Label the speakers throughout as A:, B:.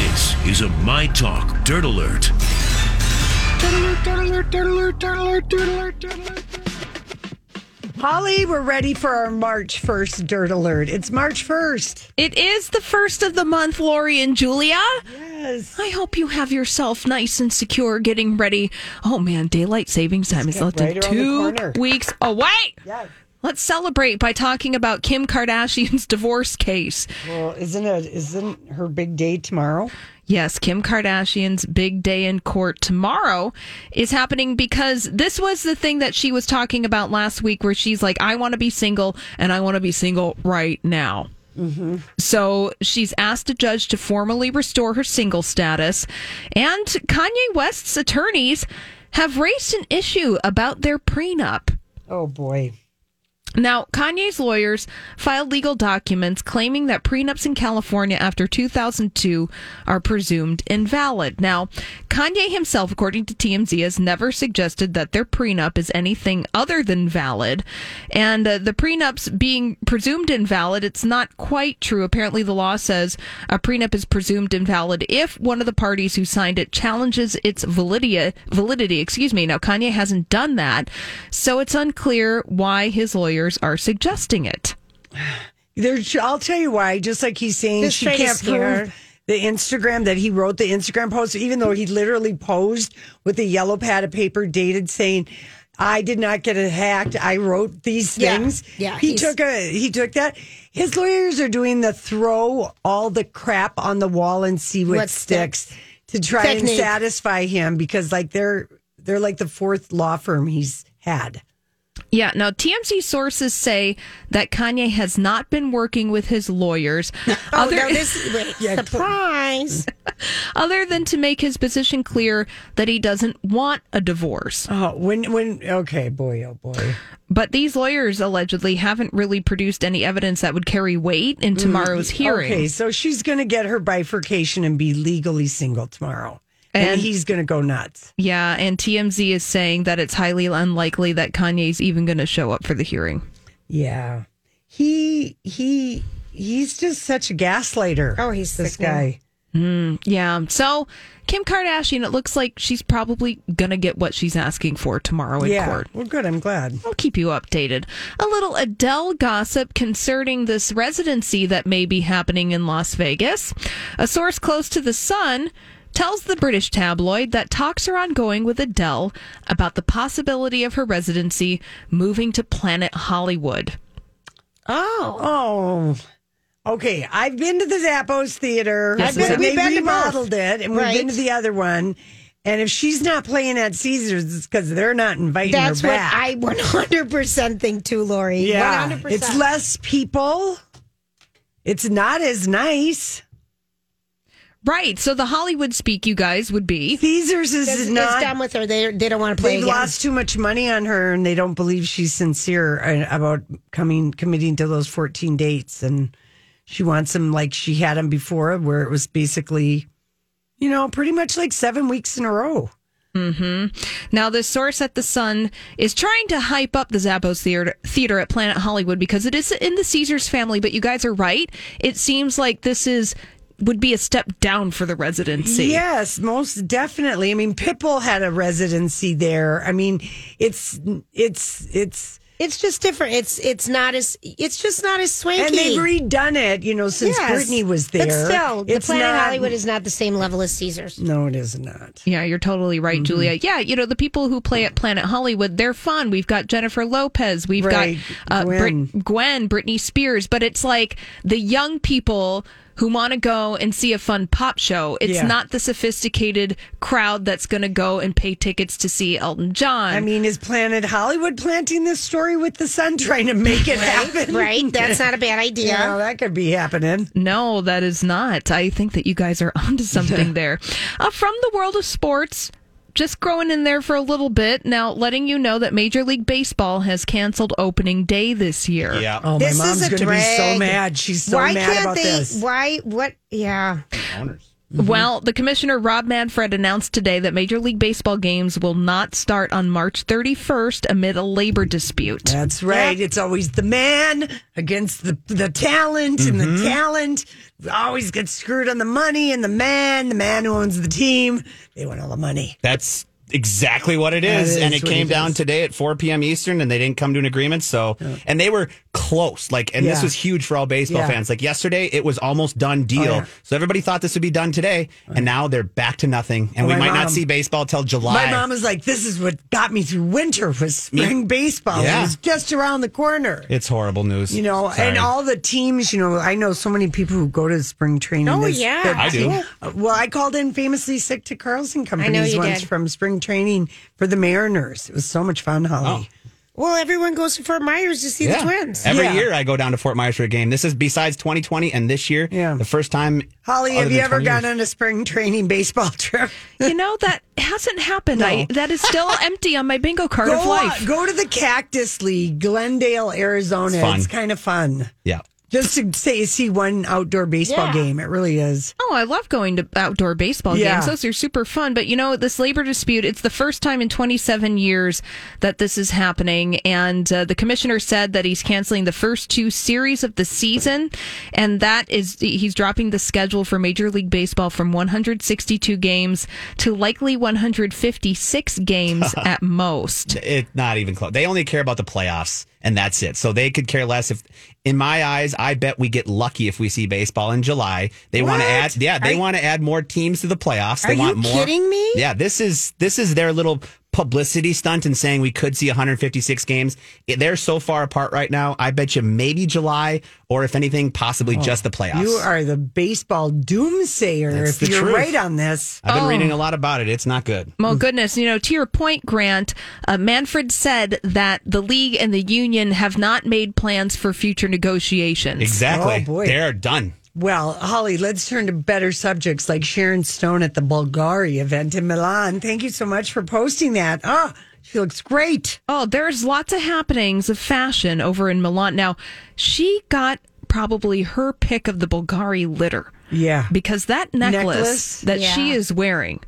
A: This is a My Talk Dirt Alert.
B: Holly, we're ready for our March 1st dirt alert. It's March 1st.
C: It is the first of the month, Lori and Julia.
B: Yes.
C: I hope you have yourself nice and secure getting ready. Oh man, daylight savings time is
B: get
C: less than
B: right around the
C: two
B: corner.
C: weeks away.
B: Yes.
C: Let's celebrate by talking about Kim Kardashian's divorce case.
B: Well, isn't it isn't her big day tomorrow?
C: Yes, Kim Kardashian's big day in court tomorrow is happening because this was the thing that she was talking about last week where she's like, I want to be single and I want to be single right now. So she's asked a judge to formally restore her single status. And Kanye West's attorneys have raised an issue about their prenup.
B: Oh boy.
C: Now, Kanye's lawyers filed legal documents claiming that prenups in California after 2002 are presumed invalid. Now, Kanye himself, according to TMZ, has never suggested that their prenup is anything other than valid. And uh, the prenups being presumed invalid, it's not quite true. Apparently, the law says a prenup is presumed invalid if one of the parties who signed it challenges its validity. Validity, excuse me. Now, Kanye hasn't done that, so it's unclear why his lawyers are suggesting it.
B: There's I'll tell you why, just like he's saying
D: Just
B: she
D: try to
B: can't
D: scare
B: prove
D: her.
B: the Instagram that he wrote the Instagram post, even though he literally posed with a yellow pad of paper dated saying I did not get it hacked. I wrote these
D: Yeah.
B: things.
D: Yeah,
B: he
D: he's-
B: took a he took that. His lawyers are doing the throw all the crap on the wall and see what,
D: What
B: sticks,
D: sticks.
B: to try and
D: Technique.
B: satisfy him because like they're they're like the fourth law firm he's had.
C: Yeah, now TMZ sources say that Kanye has not been working with his lawyers.
D: Oh, no, this wait,
B: Yeah, cl-
D: surprise.
C: other than to make his position clear that he doesn't want a divorce.
D: Uh-huh.
B: Oh, when when okay, boy, oh boy.
C: But these lawyers allegedly haven't really produced any evidence that would carry weight in tomorrow's hearing.
B: Mm. Okay, so she's going to get her bifurcation and be legally single tomorrow. And,
C: And-
B: he's going to go nuts.
C: Yeah, and TMZ is saying that it's highly unlikely that Kanye's even going to show up for the hearing.
B: Yeah. He he he's just such a gaslighter.
D: Oh, he's
B: this
D: sickening.
B: guy.
C: Yeah, so Kim Kardashian, it looks like she's probably going to get what she's asking for tomorrow in
B: yeah.
C: court.
B: Well, good. I'm glad.
C: I'll keep you updated. A little Adele gossip concerning this residency that may be happening in Las Vegas. A source close to The Sun tells the British tabloid that talks are ongoing with Adele about the possibility of her residency moving to Planet Hollywood.
D: Oh.
B: Oh. Okay, I've been to the Zappos Theater.
C: Yes,
B: I've
C: I've
B: been,
C: been-
B: they
D: we've been to both.
B: remodeled it, and we've been
D: Right.
B: to the other one. And if she's not playing at Caesars, it's because they're not inviting
D: That's
B: her
D: what
B: back.
D: I 100% think too, Lori.
B: yeah,
D: 100%.
B: it's less people. It's not as nice.
C: Right, so the Hollywood speak, you guys, would be.
B: Caesars is
D: It's,
B: not.
D: it's done with her. They, they don't want to play
B: They've
D: again.
B: lost too much money on her, and they don't believe she's sincere uh, about coming committing to those fourteen dates. And she wants them like she had them before, where it was basically, you know, pretty much like seven weeks in a row.
C: Now, this source at The Sun is trying to hype up the Zappos theater, theater at Planet Hollywood because it is in the Caesars family, but you guys are right. It seems like this is would be a step down for the residency.
B: Yes, most definitely. I mean, Pitbull had a residency there. I mean, it's it's it's
D: It's just different. It's it's not as it's just not as swanky.
B: And they've redone it, you know, since
D: Yes.
B: Brittany was there.
D: But still, the
B: It's
D: Planet
B: not-
D: Hollywood is not the same level as Caesars.
B: No, it is not.
C: Yeah, you're totally
B: Mm-hmm.
C: right, Julia. Yeah, you know, the people who play at Planet Hollywood, they're fun. We've got Jennifer Lopez, we've
B: Right,
C: got uh,
B: Gwen.
C: Brit- Gwen, Britney Spears, but it's like the young people who want to go and see a fun pop show. It's
B: Yeah.
C: not the sophisticated crowd that's going to go and pay tickets to see Elton John.
B: I mean, is Planet Hollywood planting this story with the sun, trying to make it happen?
D: Right? That's not a bad idea.
B: Yeah, that could be happening.
C: No, that is not. I think that you guys are onto something there. Uh, from the world of sports, just growing in there for a little bit. Now, letting you know that Major League Baseball has canceled opening day this year.
E: Yeah.
B: Oh,
D: This
B: my mom's
D: is a
B: going to be so
D: drag.
B: mad. She's so
D: why
B: mad
D: can't
B: about
D: they?
B: this.
D: Why? What? Yeah.
C: Well, the commissioner Rob Manfred announced today that Major League Baseball games will not start on March 31st amid a labor dispute.
B: That's right. It's always the man against the the talent, and the talent always gets screwed on the money, and the man, the man who owns the team, they want all the money.
E: That's exactly what it
B: That
E: is. and
B: is
E: it
B: what
E: came
B: it
E: down
B: is.
E: today at 4 p.m. Eastern and they didn't come to an agreement. So, and they were close. Like, and this
B: Yeah.
E: was huge for all baseball
B: Yeah. Oh,
E: fans. Like, yesterday it was almost done deal.
B: yeah.
E: So everybody thought this would be done today. And now they're back to nothing. And
B: Oh,
E: we
B: my
E: might
B: mom-
E: not see baseball till July.
B: My mom is like, "This is what got me through winter was spring baseball. It
E: Yeah.
B: was just around the corner."
E: it's horrible news.
B: You know,
E: Sorry.
B: and all the teams, you know, I know so many people who go to spring training.
D: Oh,
B: There's-
D: yeah.
B: their
E: I do.
B: team- uh, Well, I called in famously sick to Carlson Companies
D: you
B: once
D: did.
B: from spring training for the Mariners. It was so much fun,
E: Oh.
B: Holly.
D: Well, everyone goes to Fort Myers to see
E: Yeah.
D: the twins.
E: Every
B: Yeah.
E: year I go down to Fort Myers for a game. This is besides 2020 and this year,
B: Yeah.
E: the first time.
B: Holly,
E: other
B: have
E: than
B: you ever
E: 20 years.
B: gone on a spring training baseball trip?
C: you know, that hasn't happened. I, that is still empty on my bingo card of
B: Go,
C: life.
B: go to the Cactus League, Glendale, Arizona. It's,
E: It's fun.
B: kind of fun.
E: Yeah.
B: Just to say, see one outdoor baseball
D: Yeah.
B: game. It really is.
C: Oh, I love going to outdoor baseball
B: Yeah.
C: games. Those are super fun. But you know, this labor dispute, it's the first time in 27 years that this is happening. And uh, the commissioner said that he's canceling the first two series of the season. And that is, he's dropping the schedule for Major League Baseball from 162 games to likely 156 games at most.
E: it not even close. They only care about the playoffs, and that's it. So they could care less. If, in my eyes, I bet we get lucky if we see baseball in July. They want to
B: What?
E: add, yeah, they
B: Are-
E: want to add more teams to the playoffs. They
D: Are
E: want
D: you
E: more.
D: kidding me?
E: Yeah, this is this is their little publicity stunt in saying we could see 156 games. It- They're so far apart right now. I bet you maybe July, or if anything, possibly just the playoffs.
B: Oh, You are the baseball doomsayer
E: That's
B: if
E: the
B: you're
E: truth.
B: right on this.
E: I've been reading a lot about it. It's not good.
C: Well, goodness, you know, to your point, Grant, uh, Manfred said that the league and the union have not made plans for future negotiations.
E: Exactly.
B: Oh, boy.
E: They're done.
B: Well, Holly, let's turn to better subjects like Sharon Stone at the Bulgari event in Milan. Thank you so much for posting that. Oh, she looks great.
C: Oh, there's lots of happenings of fashion over in Milan. Now, she got probably her pick of the Bulgari litter
B: Yeah.
C: because that necklace,
B: Necklace?
C: that
D: Yeah.
C: she is wearing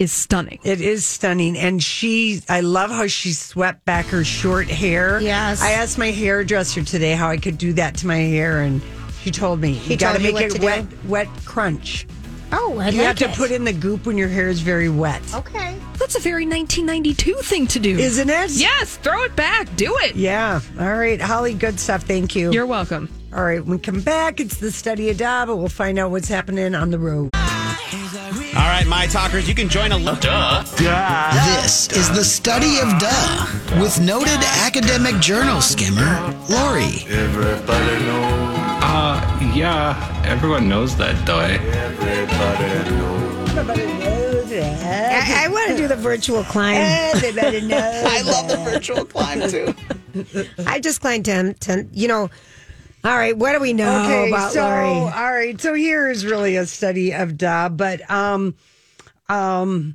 C: is stunning.
B: It is stunning. And she, I love how she swept back her short hair.
D: Yes.
B: I asked my hairdresser today how I could do that to my hair. And she told me, you got to
D: told you
B: make
D: what
B: it
D: to do?
B: wet, wet crunch.
D: Oh, I
B: You
D: like
B: have to
D: it. Oh.
B: put in the goop when your hair is very wet.
D: Okay.
C: That's a very 1992 thing to do.
B: Isn't it?
C: Yes, throw it back. Do it.
B: Yeah. All right. Holly, good stuff. Thank you.
C: You're welcome.
B: All right. When we come back, it's the study of Dava. We'll find out what's happening on the road.
E: All right, my talkers, you can join a.
F: This is the study of duh with noted academic journal skimmer Lori.
G: Everybody knows.
H: Uh, yeah, everyone knows that, though. eh?
G: Everybody knows.
D: I, I want to do the virtual climb.
B: Everybody knows.
E: Eh, I love the virtual climb too.
D: I just climbed 10, 10 you know. All right, what do we know
B: okay,
D: about
B: so,
D: Lori?
B: All right, so here is really a study of da, but um, um,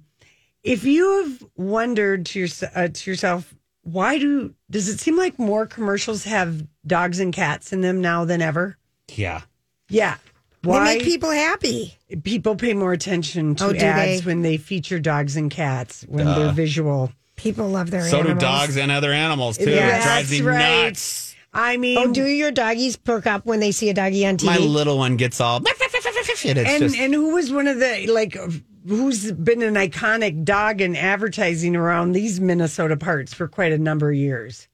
B: if you have wondered to, your, uh, to yourself, why do does it seem like more commercials have dogs and cats in them now than ever?
E: Yeah.
B: Yeah,
D: They
B: why
D: make people happy.
B: people pay more attention to
D: Oh, do
B: ads
D: they?
B: when they feature dogs and cats when they're visual?
D: People love their
E: So do
D: animals.
E: dogs and other animals too.
B: Yeah,
E: it drives
B: that's
E: me
B: right.
E: nuts.
B: I mean,
D: Oh, do your doggies perk up when they see a doggie on TV?
E: My little one gets all. And it's
B: and
E: just,
B: and who was one of the like who's been an iconic dog in advertising around these Minnesota parts for quite a number of years?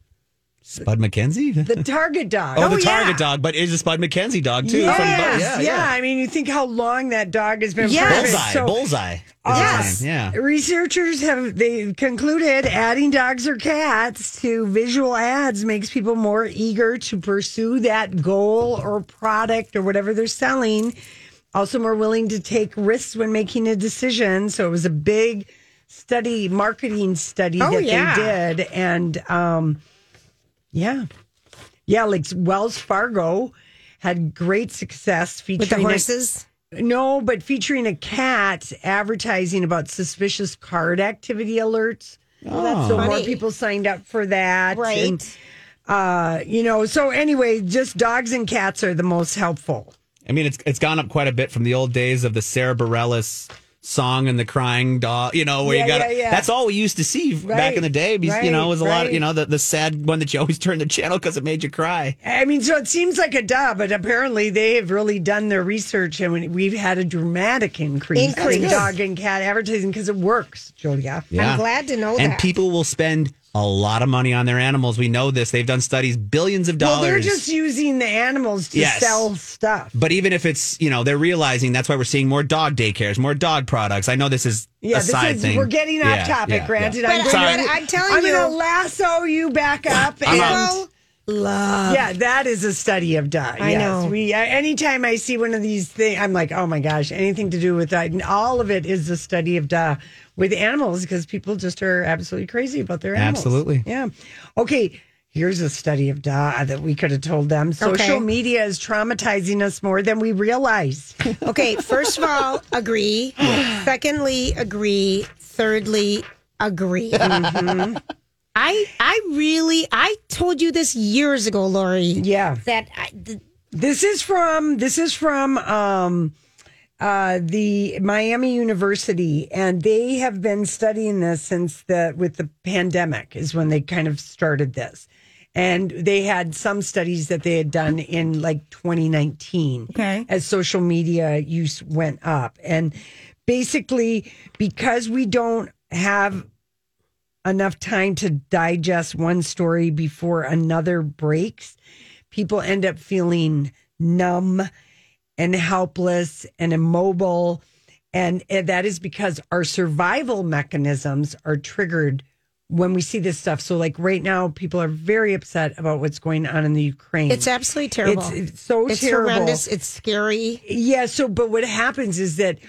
E: Spud McKenzie?
B: The target dog.
E: Oh, the target dog, but is a Spud McKenzie dog too.
B: Yes,
E: from Bud-
B: yeah, I mean, you think how long that dog has been.
E: Yes.
B: perfect.
E: Bullseye, bullseye is his name, yeah.
B: Researchers have they concluded adding dogs or cats to visual ads makes people more eager to pursue that goal or product or whatever they're selling. Also, more willing to take risks when making a decision. So it was a big study, marketing study
D: Oh,
B: that
D: yeah.
B: they did, and um, yeah. Yeah, like Wells Fargo had great success featuring
D: With the
B: a-
D: horses?
B: no, but featuring a cat advertising about suspicious card activity alerts.
E: Oh.
B: so more
D: Funny.
B: people signed up for that,
D: Right.
B: And, uh, you know, so anyway, just dogs and cats are the most helpful.
E: I mean, it's it's gone up quite a bit from the old days of the Sarah Bareilles song and the crying dog. You know, where
B: Yeah,
E: you got
B: yeah, yeah.
E: that's all we used to see back in the day. Because, you know,
B: right,
E: it was a lot. Of, you
B: right.
E: know, the, the sad one that you always turned the channel because it made you cry.
B: I mean, so it seems like a duh, but apparently they have really done their research, and we've had a dramatic increase,
D: Increase.
B: in dog and cat advertising because it works, Julia.
D: I'm glad to know
E: And
D: that.
E: people will spend a lot of money on their animals. We know this. They've done studies, billions of dollars.
B: Well, they're just using the animals to
E: Yes.
B: sell stuff.
E: But even if it's, you know, they're realizing that's why we're seeing more dog daycares, more dog products. I know this is
B: Yeah,
E: a
B: this
E: side
B: is
E: thing.
B: we're getting off
E: Yeah,
B: topic.
E: yeah,
B: granted,
E: yeah.
B: I'm,
D: But
E: Sorry.
B: gonna-
D: I'm gonna- I'm telling
B: I'm gonna
D: you.
B: lasso you back up
E: I'm
B: and.
E: out.
D: Love.
B: Yeah, that is a study of duh.
D: I
B: yes.
D: know.
B: We I, anytime I see one of these things, I'm like, oh my gosh, anything to do with that. And all of it is a study of duh with animals because people just are absolutely crazy about their animals.
E: Absolutely.
B: Yeah. Okay. Here's a study of duh that we could have told them. Social
D: Okay.
B: media is traumatizing us more than we realize.
D: Okay, first of all, agree. Secondly, agree. Thirdly, agree.
B: Mm-hmm.
D: I I really I told you this years ago, Lori.
B: Yeah.
D: That I, th-
B: This is from this is from um, uh, the Miami University, and they have been studying this since the with the pandemic is when they kind of started this, and they had some studies that they had done in like 2019
D: Okay.
B: as social media use went up, and basically because we don't have enough time to digest one story before another breaks, people end up feeling numb and helpless and immobile. And, and that is because our survival mechanisms are triggered when we see this stuff. So, like right now, people are very upset about what's going on in the Ukraine.
D: it's absolutely terrible.
B: Mm. It's, it's so
D: It's
B: terrible.
D: horrendous. It's scary.
B: Yeah. So, but what happens is that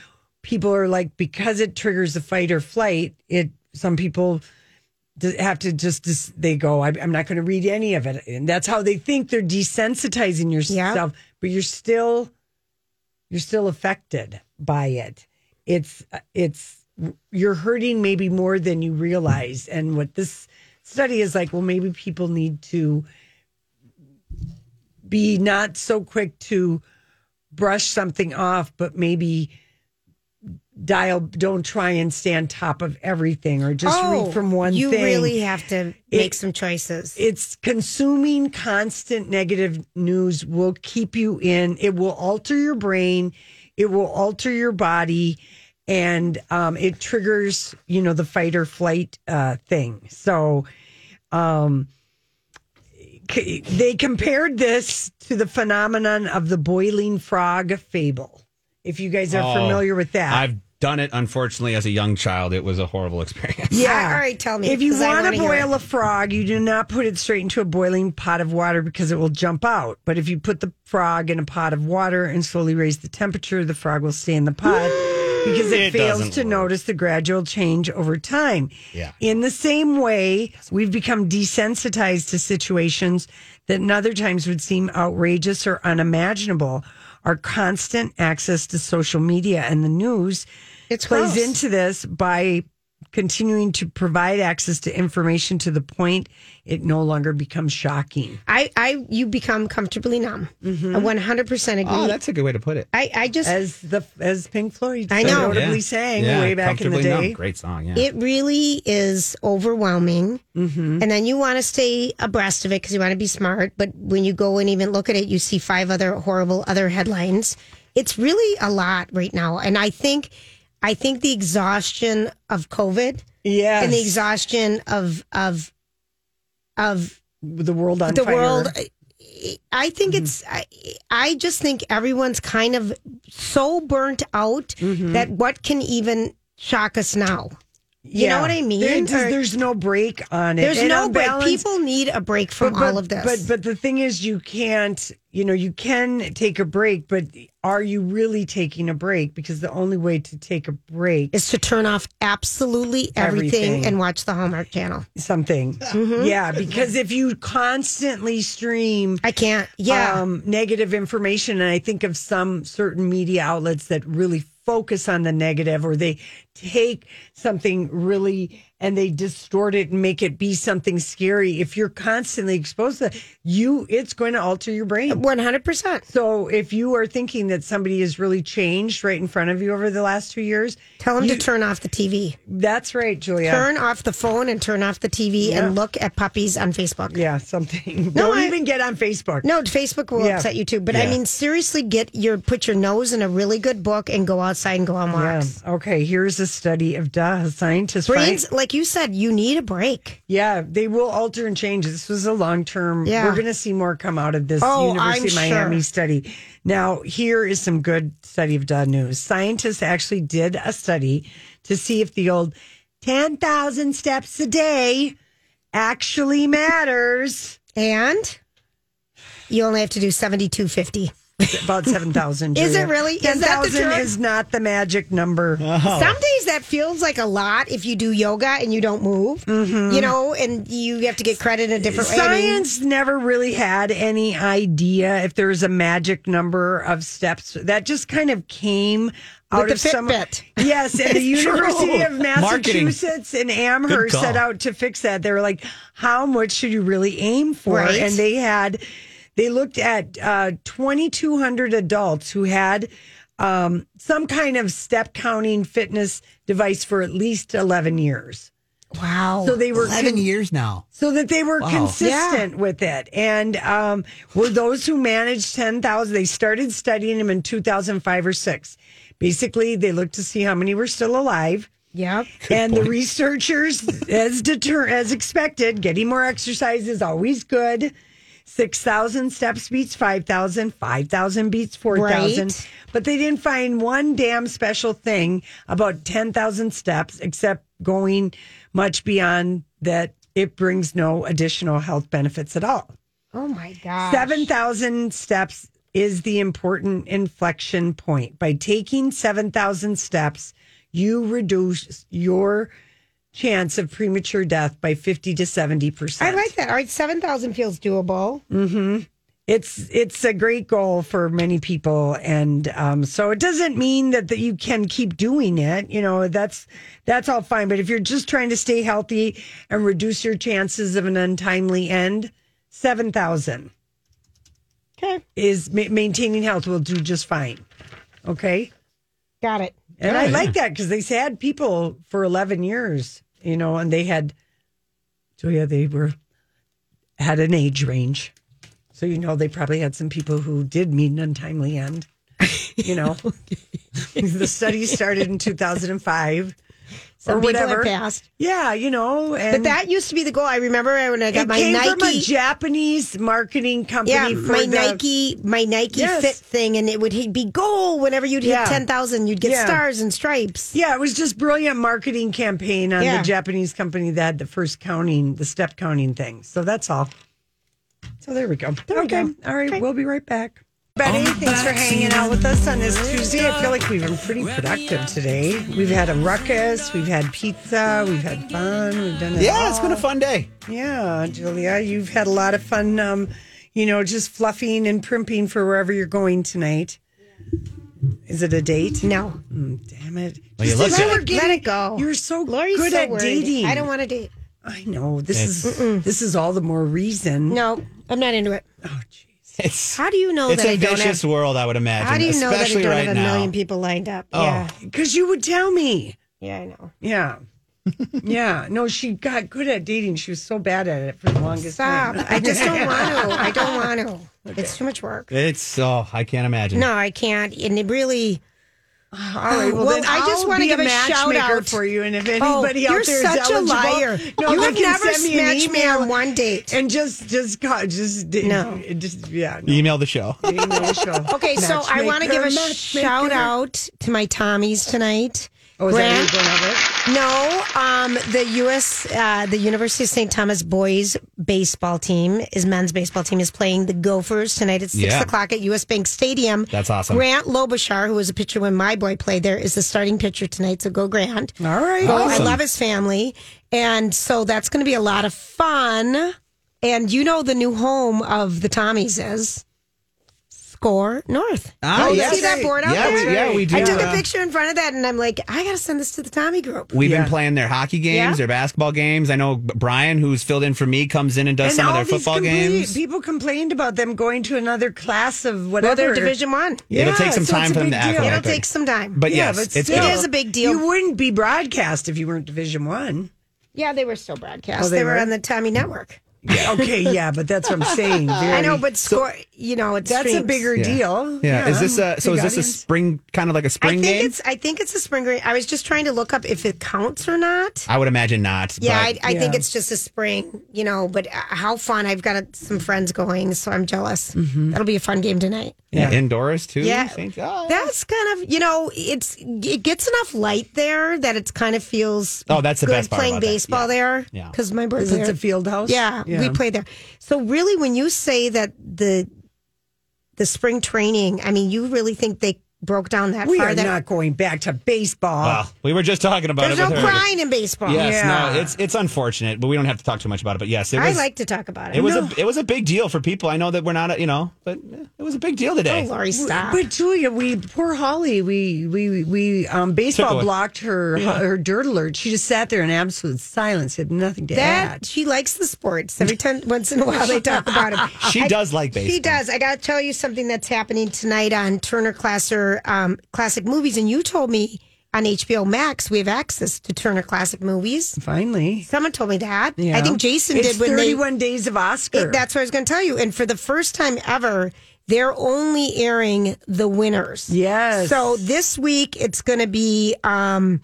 B: people are like, because it triggers the fight or flight, it, some people d- have to just, dis- they go, I, I'm not going to read any of it. And that's how they think they're desensitizing yourself, but you're still, you're still affected by it. It's, it's, you're hurting maybe more than you realize. And what this study is like, well, maybe people need to be not so quick to brush something off, but maybe dial don't try and stand top of everything or just read from one
D: Oh, you
B: thing.
D: really have to make
B: It-
D: some choices.
B: it's consuming constant negative news will keep you in. It will alter your brain. It will alter your body, and um, it triggers you know the fight or flight uh, thing. So, um, c- they compared this to the phenomenon of the boiling frog fable. If you guys are
E: Oh,
B: familiar with that,
E: I've done it, unfortunately, as a young child. It was a horrible experience.
B: Yeah.
D: All right, tell me,
B: If you
D: 'cause I
B: want
D: wanna
B: to
D: hear
B: boil a frog, you do not put it straight into a boiling pot of water because it will jump out. But if you put the frog in a pot of water and slowly raise the temperature, the frog will stay in the pot because it,
E: It
B: fails
E: doesn't
B: to
E: work.
B: notice the gradual change over time.
E: Yeah.
B: In the same way, we've become desensitized to situations that in other times would seem outrageous or unimaginable. Our constant access to social media and the news
D: It's
B: plays
D: gross.
B: into this by continuing to provide access to information to the point it no longer becomes shocking.
D: I, I, you become comfortably numb. I 100% agree.
E: Oh, that's a good way to put it.
D: I, I just,
B: Mm-hmm. As the as Pink Floyd
D: I
B: so
D: know.
B: notably
E: Yeah.
B: sang
E: Yeah,
B: way back in the
E: Comfortably Numb.
B: day.
E: Great song. Yeah.
D: It really is overwhelming.
B: Mm-hmm.
D: And then you want to stay abreast of it because you want to be smart. But when you go and even look at it, you see five other horrible other headlines. It's really a lot right now. And I think, I think the exhaustion of COVID
B: Yes.
D: and the exhaustion of, of, of
B: the world on
D: the
B: fire. Mm-hmm.
D: world i think it's I, I just think everyone's kind of so burnt out
B: Mm-hmm.
D: that what can even shock us now you know what I mean?
B: There-
D: Or-
B: there's, no break on it.
D: there's
B: And
D: no
B: on
D: break
B: balance-
D: people need a break from
B: but,
D: all of this
B: But but the thing is, you can't. You know, you can take a break, but are you really taking a break? Because the only way to take a break is
D: is to turn off absolutely everything,
B: Everything.
D: and watch the Hallmark Channel.
B: something.
D: Mm-hmm.
B: Yeah, because if you constantly stream
D: I can't. Yeah.
B: um, negative information, and I think of some certain media outlets that really focus on the negative, or they take something really and they distort it and make it be something scary. If you're constantly exposed to that, you, it's going to alter your brain.
D: One hundred percent.
B: So if you are thinking that somebody has really changed right in front of you over the last two years,
D: Tell them
B: you-
D: to turn off the TV.
B: That's right, Julia.
D: Turn off the phone and turn off the TV and look at puppies on Facebook.
B: yeah, something.
D: No,
B: Don't
D: I-
B: even get on Facebook.
D: No, Facebook will
B: Yeah.
D: upset you too. But I
E: Yeah.
D: mean, seriously, get your put your nose in a really good book and go outside and go on
B: Yeah.
D: walks.
B: Um, Okay. Here's a study of duh. Scientists find-
D: Brains, like you said, you need a break.
B: Yeah, they will alter and change. This was a long term.
D: Yeah.
B: We're going to see more come out of this
D: Oh,
B: University of
D: I'm
B: Miami
D: sure.
B: study. Now, here is some good study of done news. Scientists actually did a study to see if the old 10,000 steps a day actually matters.
D: And you only have to do seventy two fifty.
B: About 7,000.
D: Is it
B: Julia.
D: really? Is that the
B: 10,000
D: term?
B: is not the magic number.
D: Some days that feels like a lot if you do yoga and you don't move, you know, and you have to get credit a different way. I mean,
B: Mm-hmm. Science never really had any idea if there was a magic number of steps. That just kind of came out
D: the
B: of some.
D: Fitbit.
B: Yes, and the University of
E: Marketing.
B: Massachusetts in Amherst
E: Good call.
B: set out to fix that. They were like, "How much should you really aim for?"
D: Right.
B: And they had, they looked at uh, 2,200 adults who had. Um, some kind of step counting fitness device for at least 11 years.
D: wow.
B: So they were
F: 11
B: con-
F: years now.
B: so that they were
F: Wow.
B: consistent with it. And um, were those who managed 10,000, they started studying them in 2005 or six. Basically, they looked to see how many were still alive.
D: yep.
B: and the researchers, as deter- as expected, getting more exercise is always good. 6,000 steps beats 5,000, 5,000 beats 4,000.
D: Right.
B: But they didn't find one damn special thing about 10,000 steps except going much beyond that it brings no additional health benefits at all.
D: Oh my god.
B: 7,000 steps is the important inflection point. By taking 7,000 steps, you reduce your chance of premature death by 50 to 70%.
D: I like that. All right, seven thousand feels doable.
B: It's it's a great goal for many people, and um, so it doesn't mean that, that you can keep doing it. You know, that's that's all fine. But if you're just trying to stay healthy and reduce your chances of an untimely end, seven thousand
D: Okay,
B: is ma- maintaining health will do just fine. Okay,
D: got it.
B: and I like that because they had people for eleven years, you know, and they had Julia. They were had an age range, so you know they probably had some people who did meet an untimely end. You know, the study started in two thousand and five.
D: Some
B: or
D: people
B: whatever.
D: are passed,
B: Yeah, you know, and
D: but that used to be the goal. I remember when I got
B: it
D: my
B: came
D: Nike.
B: from a Japanese marketing company.
D: yeah,
B: for
D: my
B: the-
D: Nike, my Nike
B: Yes.
D: Fit thing, and it would hit- be goal whenever you'd hit
B: Yeah.
D: ten thousand, you'd get
B: Yeah.
D: stars and stripes.
B: Yeah, it was just brilliant marketing campaign on
D: Yeah.
B: the Japanese company that had the first counting, the step counting thing. So that's all. So there we go. okay. All right. We'll be right back. Betty, thanks for hanging out with us on this Tuesday. I feel like we've been pretty productive today. We've had a ruckus, we've had pizza, we've had fun, we've done it.
E: Yeah, it's
B: all.
E: been a fun day.
B: Yeah, Julia, you've had a lot of fun, um, you know, just fluffing and primping for wherever you're going tonight. Is it a date?
D: No,
B: Damn it.
E: Well, you
B: Just
E: look
B: as you
E: good.
B: were
D: Let it go.
B: You're so
D: Lori's
B: good
D: so
B: at
D: worried.
B: dating.
D: I don't want to date.
B: I know. This is this is all the more reason.
D: No, I'm not into it.
E: It's
D: How do you know
E: it's
D: that
E: a
D: I don't have?
E: vicious world, I would imagine.
D: How do you know that I
E: especially
D: don't
E: right
D: have a
E: now. Oh.
D: million people lined up? Yeah,
B: Because you would tell me.
D: yeah, I know.
B: Yeah. yeah. No, she got good at dating. She was so bad at it for the longest
D: Stop.
B: time.
D: I just don't want to. I don't want to. It's too much work.
E: It's oh, I can't imagine.
D: No, I can't. And it really,
B: All right. Well,
D: Well,
B: then
D: I just
B: I'll
D: wanna
B: be
D: give a shout
B: matchmaker
D: out.
B: for you. And if anybody
D: oh,
B: out
D: you're
B: there is
D: such a
B: eligible,
D: liar.
B: no,
D: you
B: they
D: have
B: can
D: never
B: send me an
D: smashed me
B: email
D: on one date.
B: and just just ca- just
D: No.
B: just yeah. no.
E: Email the show.
B: Email show.
D: Okay, so I want to give a
B: Matchmaker,
D: shout
B: matchmaker.
D: out to my Tommies tonight.
B: Oh, is
D: Grant,
B: that where you're going over it?
D: No, um, the U.S. Uh, the University of St. Thomas boys baseball team is men's baseball team is playing the Gophers tonight at six
E: Yeah.
D: o'clock at U.S. Bank Stadium.
E: That's awesome.
D: Grant Lobachar, who was a pitcher when my boy played there, is the starting pitcher tonight. So go Grant.
B: All right.
D: Go. I
E: Awesome.
D: love his family, and so that's going to be a lot of fun. And you know the new home of the Tommies is Score North.
E: Ah,
D: oh,
E: yes.
D: you see that board out
E: Yeah, we-
D: there?
E: yeah, we
D: I
E: do,
D: took a
E: uh,
D: picture in front of that, and I'm like, I got to send this to the Tommy group.
E: We've
B: Yeah.
E: been playing their hockey games,
D: Yeah.
E: their basketball games. I know Brian, who's filled in for me, comes in and does some of their
B: these
E: football
B: compli-
E: games.
B: People complained about them going to another class of
D: Well,
B: whatever.
D: they're Division One.
E: It'll take some
B: so it's
E: time
B: a
E: for them
B: big
E: to
B: deal.
E: acclimate.
D: It'll take some time.
E: But
B: Yeah,
E: yes,
B: but
E: it's
B: still-
E: good.
D: it is a big deal.
B: You wouldn't be broadcast if you weren't Division One.
D: yeah, they were still broadcast.
B: Oh,
D: they,
B: they
D: were
B: were?
D: on the Tommy Network.
B: okay, yeah, but that's what I'm saying.
D: I
B: Very-
D: know, but score. you know, it's
B: that's a bigger
E: Yeah.
B: deal.
E: Yeah. Is this a so?
B: big
E: Is this a
B: audience.
E: spring kind of like a
D: I
E: spring
D: think
E: game?
D: it's. I think it's a spring green. I was just trying to look up if it counts or not.
E: I would imagine not.
D: Yeah,
E: but-
D: I, I think
B: Yeah.
D: it's just a spring, you know. But uh, how fun! I've got uh, some friends going, so I'm jealous.
E: Mm-hmm.
D: That'll be a fun game tonight.
E: Yeah, indoors too. Oh,
D: Yeah.
E: St.
B: Oh.
E: John's.
D: That's kind of you know, it's it gets enough light there that it's kind of feels.
E: Oh, that's the
D: good
E: best part
D: playing
E: about that.
D: baseball
E: Yeah.
D: there.
E: Yeah.
D: because my brother.
B: Is it a field house?
D: Yeah, we play there. So really, when you say that the the spring training, I mean, you really think they broke down that
B: We
D: far?
B: are
D: that
B: not going back to baseball.
E: Well, we were just talking about
D: there's
E: it.
D: no
E: with her.
D: crying in baseball.
E: Yes,
B: Yeah.
E: no, it's it's unfortunate, but we don't have to talk too much about it. But yes, it
D: I
E: was
D: like to talk about it.
E: it was a it was a big deal for people. I know that we're not, you know, but eh, it was a big deal
D: Oh,
E: today.
D: Lori, stop.
B: But Julia, we poor Holly, we we we um,
E: Took
B: baseball
E: away.
B: blocked her her dirt alert. She just sat there in absolute silence, had nothing to
D: that
B: add.
D: she likes the sports. Every time, once in a while, they talk about him.
E: She does like baseball.
D: She does. I got to tell you something that's happening tonight on Turner Classic um, Classic Movies, and you told me on HBO Max we have access to Turner Classic Movies.
B: Finally,
D: Someone told me that.
B: Yeah.
D: I think Jason
B: It's
D: did when they.
B: Thirty-one days of Oscar.
D: It- that's what I was going to tell you. And for the first time ever, they're only airing the winners.
B: Yes.
D: So this week it's going to be um,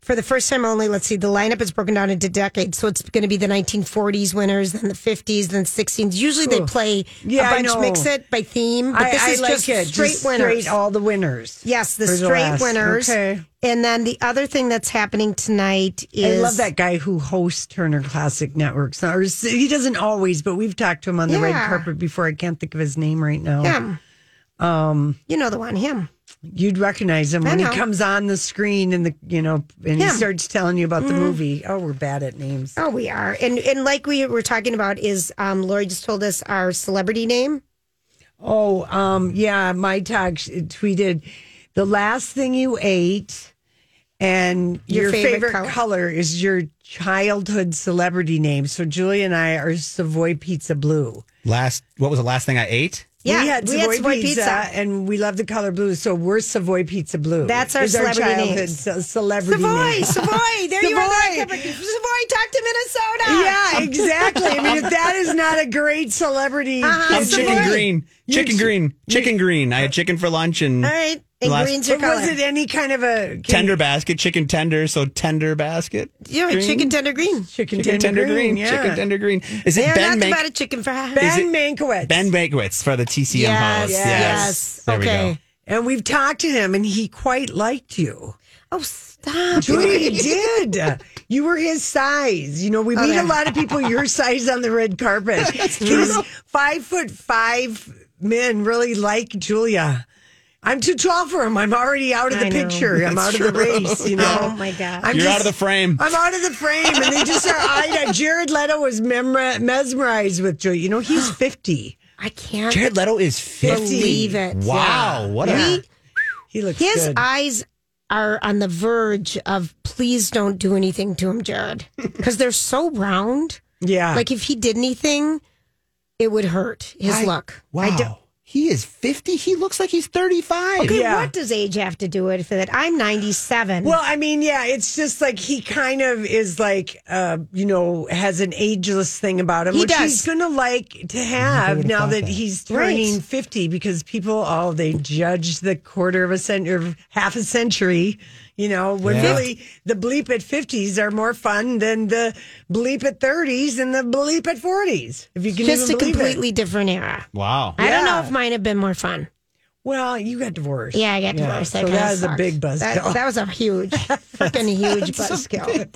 D: for the first time only. Let's see, the lineup is broken down into decades. So it's going to be the 1940s winners, then the 50s, then 16s. Usually they play
B: Yeah, I
D: a bunch,
B: know.
D: mix it by theme, but
B: I,
D: this
B: I
D: is
B: like
D: just
B: it.
D: straight
B: just
D: winners.
B: Straight all the winners.
D: yes, the
B: For the
D: straight
B: last.
D: winners.
B: Okay.
D: And then the other thing that's happening tonight
B: I
D: is
B: love that guy who hosts Turner Classic Networks. Or is- he doesn't always, but we've talked to him on the red
D: Yeah.
B: carpet before. I can't think of his name right now.
D: him.
B: Um,
D: you know the one him.
B: You'd recognize him
D: I
B: when he
D: know.
B: comes on the screen and the you know and he
D: Him. Mm-hmm.
B: starts telling you about the movie. Oh, we're bad at names.
D: Oh, we are, and and like we were talking about is um, Lori just told us our celebrity name.
B: Oh, um, yeah, my talk sh- tweeted the last thing you ate and
D: Your
B: your,
D: favorite
B: favorite,
D: color."
B: color. is your childhood celebrity name. So Julie and I are Savoy Pizza Blue.
E: Last, what was the last thing I ate?
D: Yeah,
B: we had Savoy, pizza, and we love the color blue, so we're Savoy Pizza Blue.
D: That's our
B: is
D: celebrity
B: childhood
D: names.
B: ce- celebrity
D: Savoy,
B: name.
D: Savoy, there you are.
B: Savoy.
D: Savoy, talk to Minnesota.
B: Yeah, exactly. I mean, if that is not a great celebrity,
D: Uh-huh.
E: I'm
D: It's the
E: chicken
D: boy.
E: green.
B: You're
E: Chicken
B: chi-
E: green. Chicken green. I had chicken for lunch and
D: All right, and
E: Last-
D: green's your
B: But
D: color.
B: was it any kind of a can-
E: tender basket, chicken tender, so tender basket.
D: You're a
E: Green.
D: chicken tender green.
B: chicken,
E: Chicken tender green,
B: Yeah.
E: chicken tender green. Is it
D: They're
E: Ben
D: not
E: Mank-
D: about a chicken fry.
B: Ben
E: it-
B: Mankiewicz.
E: Ben Bankwitz for the TCM
D: Yes,
E: host?
D: yes, yes.
E: There we
D: Okay.
E: go.
B: Oh, and we've talked to him, and he quite liked you.
D: Oh, stop.
B: Julie, he did. You were his size. You know, we meet
D: Okay.
B: a lot of people your size on the red carpet. These five foot five men really like Julia. I'm too tall for him. I'm already out of the
D: I know.
B: picture. I'm out of the race. You know.
D: Oh, my God.
B: I'm
E: You're out of the frame.
B: I'm out of the frame, and they just are eyed up. Jared Leto was memra- mesmerized with Julia. You know, he's fifty.
D: I can't
E: Jared Leto is 50.
D: believe it.
E: Wow. What a.
D: We,
B: He looks
D: his
B: good.
D: eyes are on the verge of please don't do anything to him, Jared, because they're so round.
B: yeah,
D: Like if he did anything, it would hurt his
E: I-
D: look.
E: Wow. He is 50. He looks like he's 35.
D: Okay,
B: Yeah.
D: what does age have to do with it? I'm 97.
B: Well, I mean, yeah, it's just like he kind of is like, uh, you know, has an ageless thing about him,
D: He
B: which
D: does.
B: he's going to like to have now that, he's
D: Right.
B: turning 50 because people, oh, they judge the quarter of a century, or half a century, you know, when
E: Yeah.
B: really the bleep at 50s are more fun than the bleep at 30s and the bleep at 40s. If you can
D: just
B: even
D: a
B: believe it.
D: completely different era.
E: Wow.
D: I don't know
B: Yeah.
D: if mine have been more fun.
B: Well, you got divorced.
D: Yeah, I got divorced.
B: so
D: kinda
B: that is a
D: sucked.
B: big
D: That,
B: buzzkill.
D: that was a huge, freaking huge buzzkill.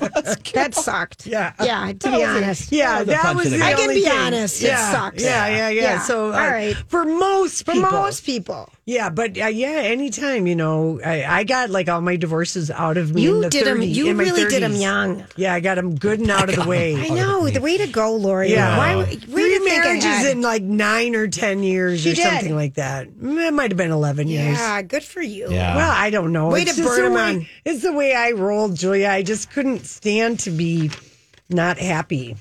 D: That sucked.
B: Yeah.
D: Yeah, to be honest.
B: Yeah,
E: was a
B: that
E: punch
B: was
E: in the
B: the
E: gut.
D: I can
B: only
D: be
B: thing.
D: honest, it
B: Yeah,
D: sucks.
B: Yeah, yeah, yeah.
D: Yeah,
B: So, uh,
D: all right.
B: for most
D: For
B: people,
D: most people.
B: yeah, but uh, yeah, anytime you know, I, I got like all my divorces out of me. in
D: You
B: the
D: did them.
B: 30
D: You
B: in my
D: really did
B: 30s.
D: them young.
B: Yeah, I got them good and out of the
D: I
B: way.
D: know the way to go, Lori.
B: Yeah.
D: Why? Way to think
B: Remarriage is
D: ahead.
B: in like nine or ten years
D: She
B: or
D: did.
B: something like that. Mm, It might have been eleven years.
D: Yeah, good for you.
E: Yeah.
B: Well, I don't know.
D: Way to
B: just
D: burn
B: the
D: 'em
B: way-
D: on.
B: It's the way I rolled, Julia. I just couldn't stand to be not happy.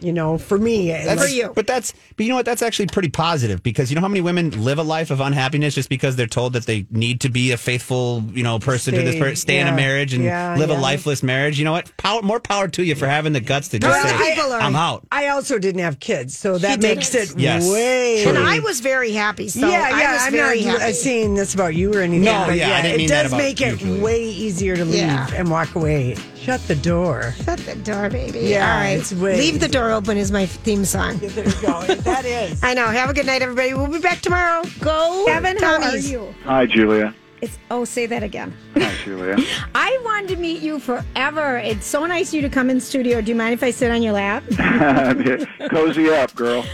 B: You know, for me,
E: That's-
B: like-
D: you.
E: But that's but you know what? That's actually pretty positive because you know how many women live a life of unhappiness just because they're told that they need to be a faithful you know person to this
B: Stay,
E: person, stay in
B: yeah.
E: a marriage and
B: Yeah,
E: live
B: yeah.
E: a lifeless marriage. You know what? Power, more power to you for having the guts to just
D: Well,
E: say,
D: people are-
E: "I'm out."
B: I also didn't have kids, so that
D: didn't.
B: makes it
E: Yes.
B: way.
E: True.
D: And I was very happy. So
B: yeah, yeah.
D: I was
B: am
D: very
B: not
D: happy.
B: saying uh, this about you or anything.
E: No,
B: but
E: yeah, I didn't
B: it
E: mean that
B: does
E: about
B: make
E: you,
B: it
E: Julia.
B: way easier to leave
D: Yeah.
B: and walk away. Shut the door.
D: Shut the door, baby.
B: Yeah,
D: All right.
B: it's way-
D: Leave the door open is my theme song.
B: There you go. that is.
D: I know. Have a good night, everybody. We'll be back tomorrow. Go,
I: Kevin, how are
D: Commies.
I: you?
G: Hi, Julia.
I: It's oh, say that again.
G: Hi, Julia.
I: I wanted to meet you forever. It's so nice of you to come in studio. Do you mind if I sit on your lap?
G: Cozy up, girl.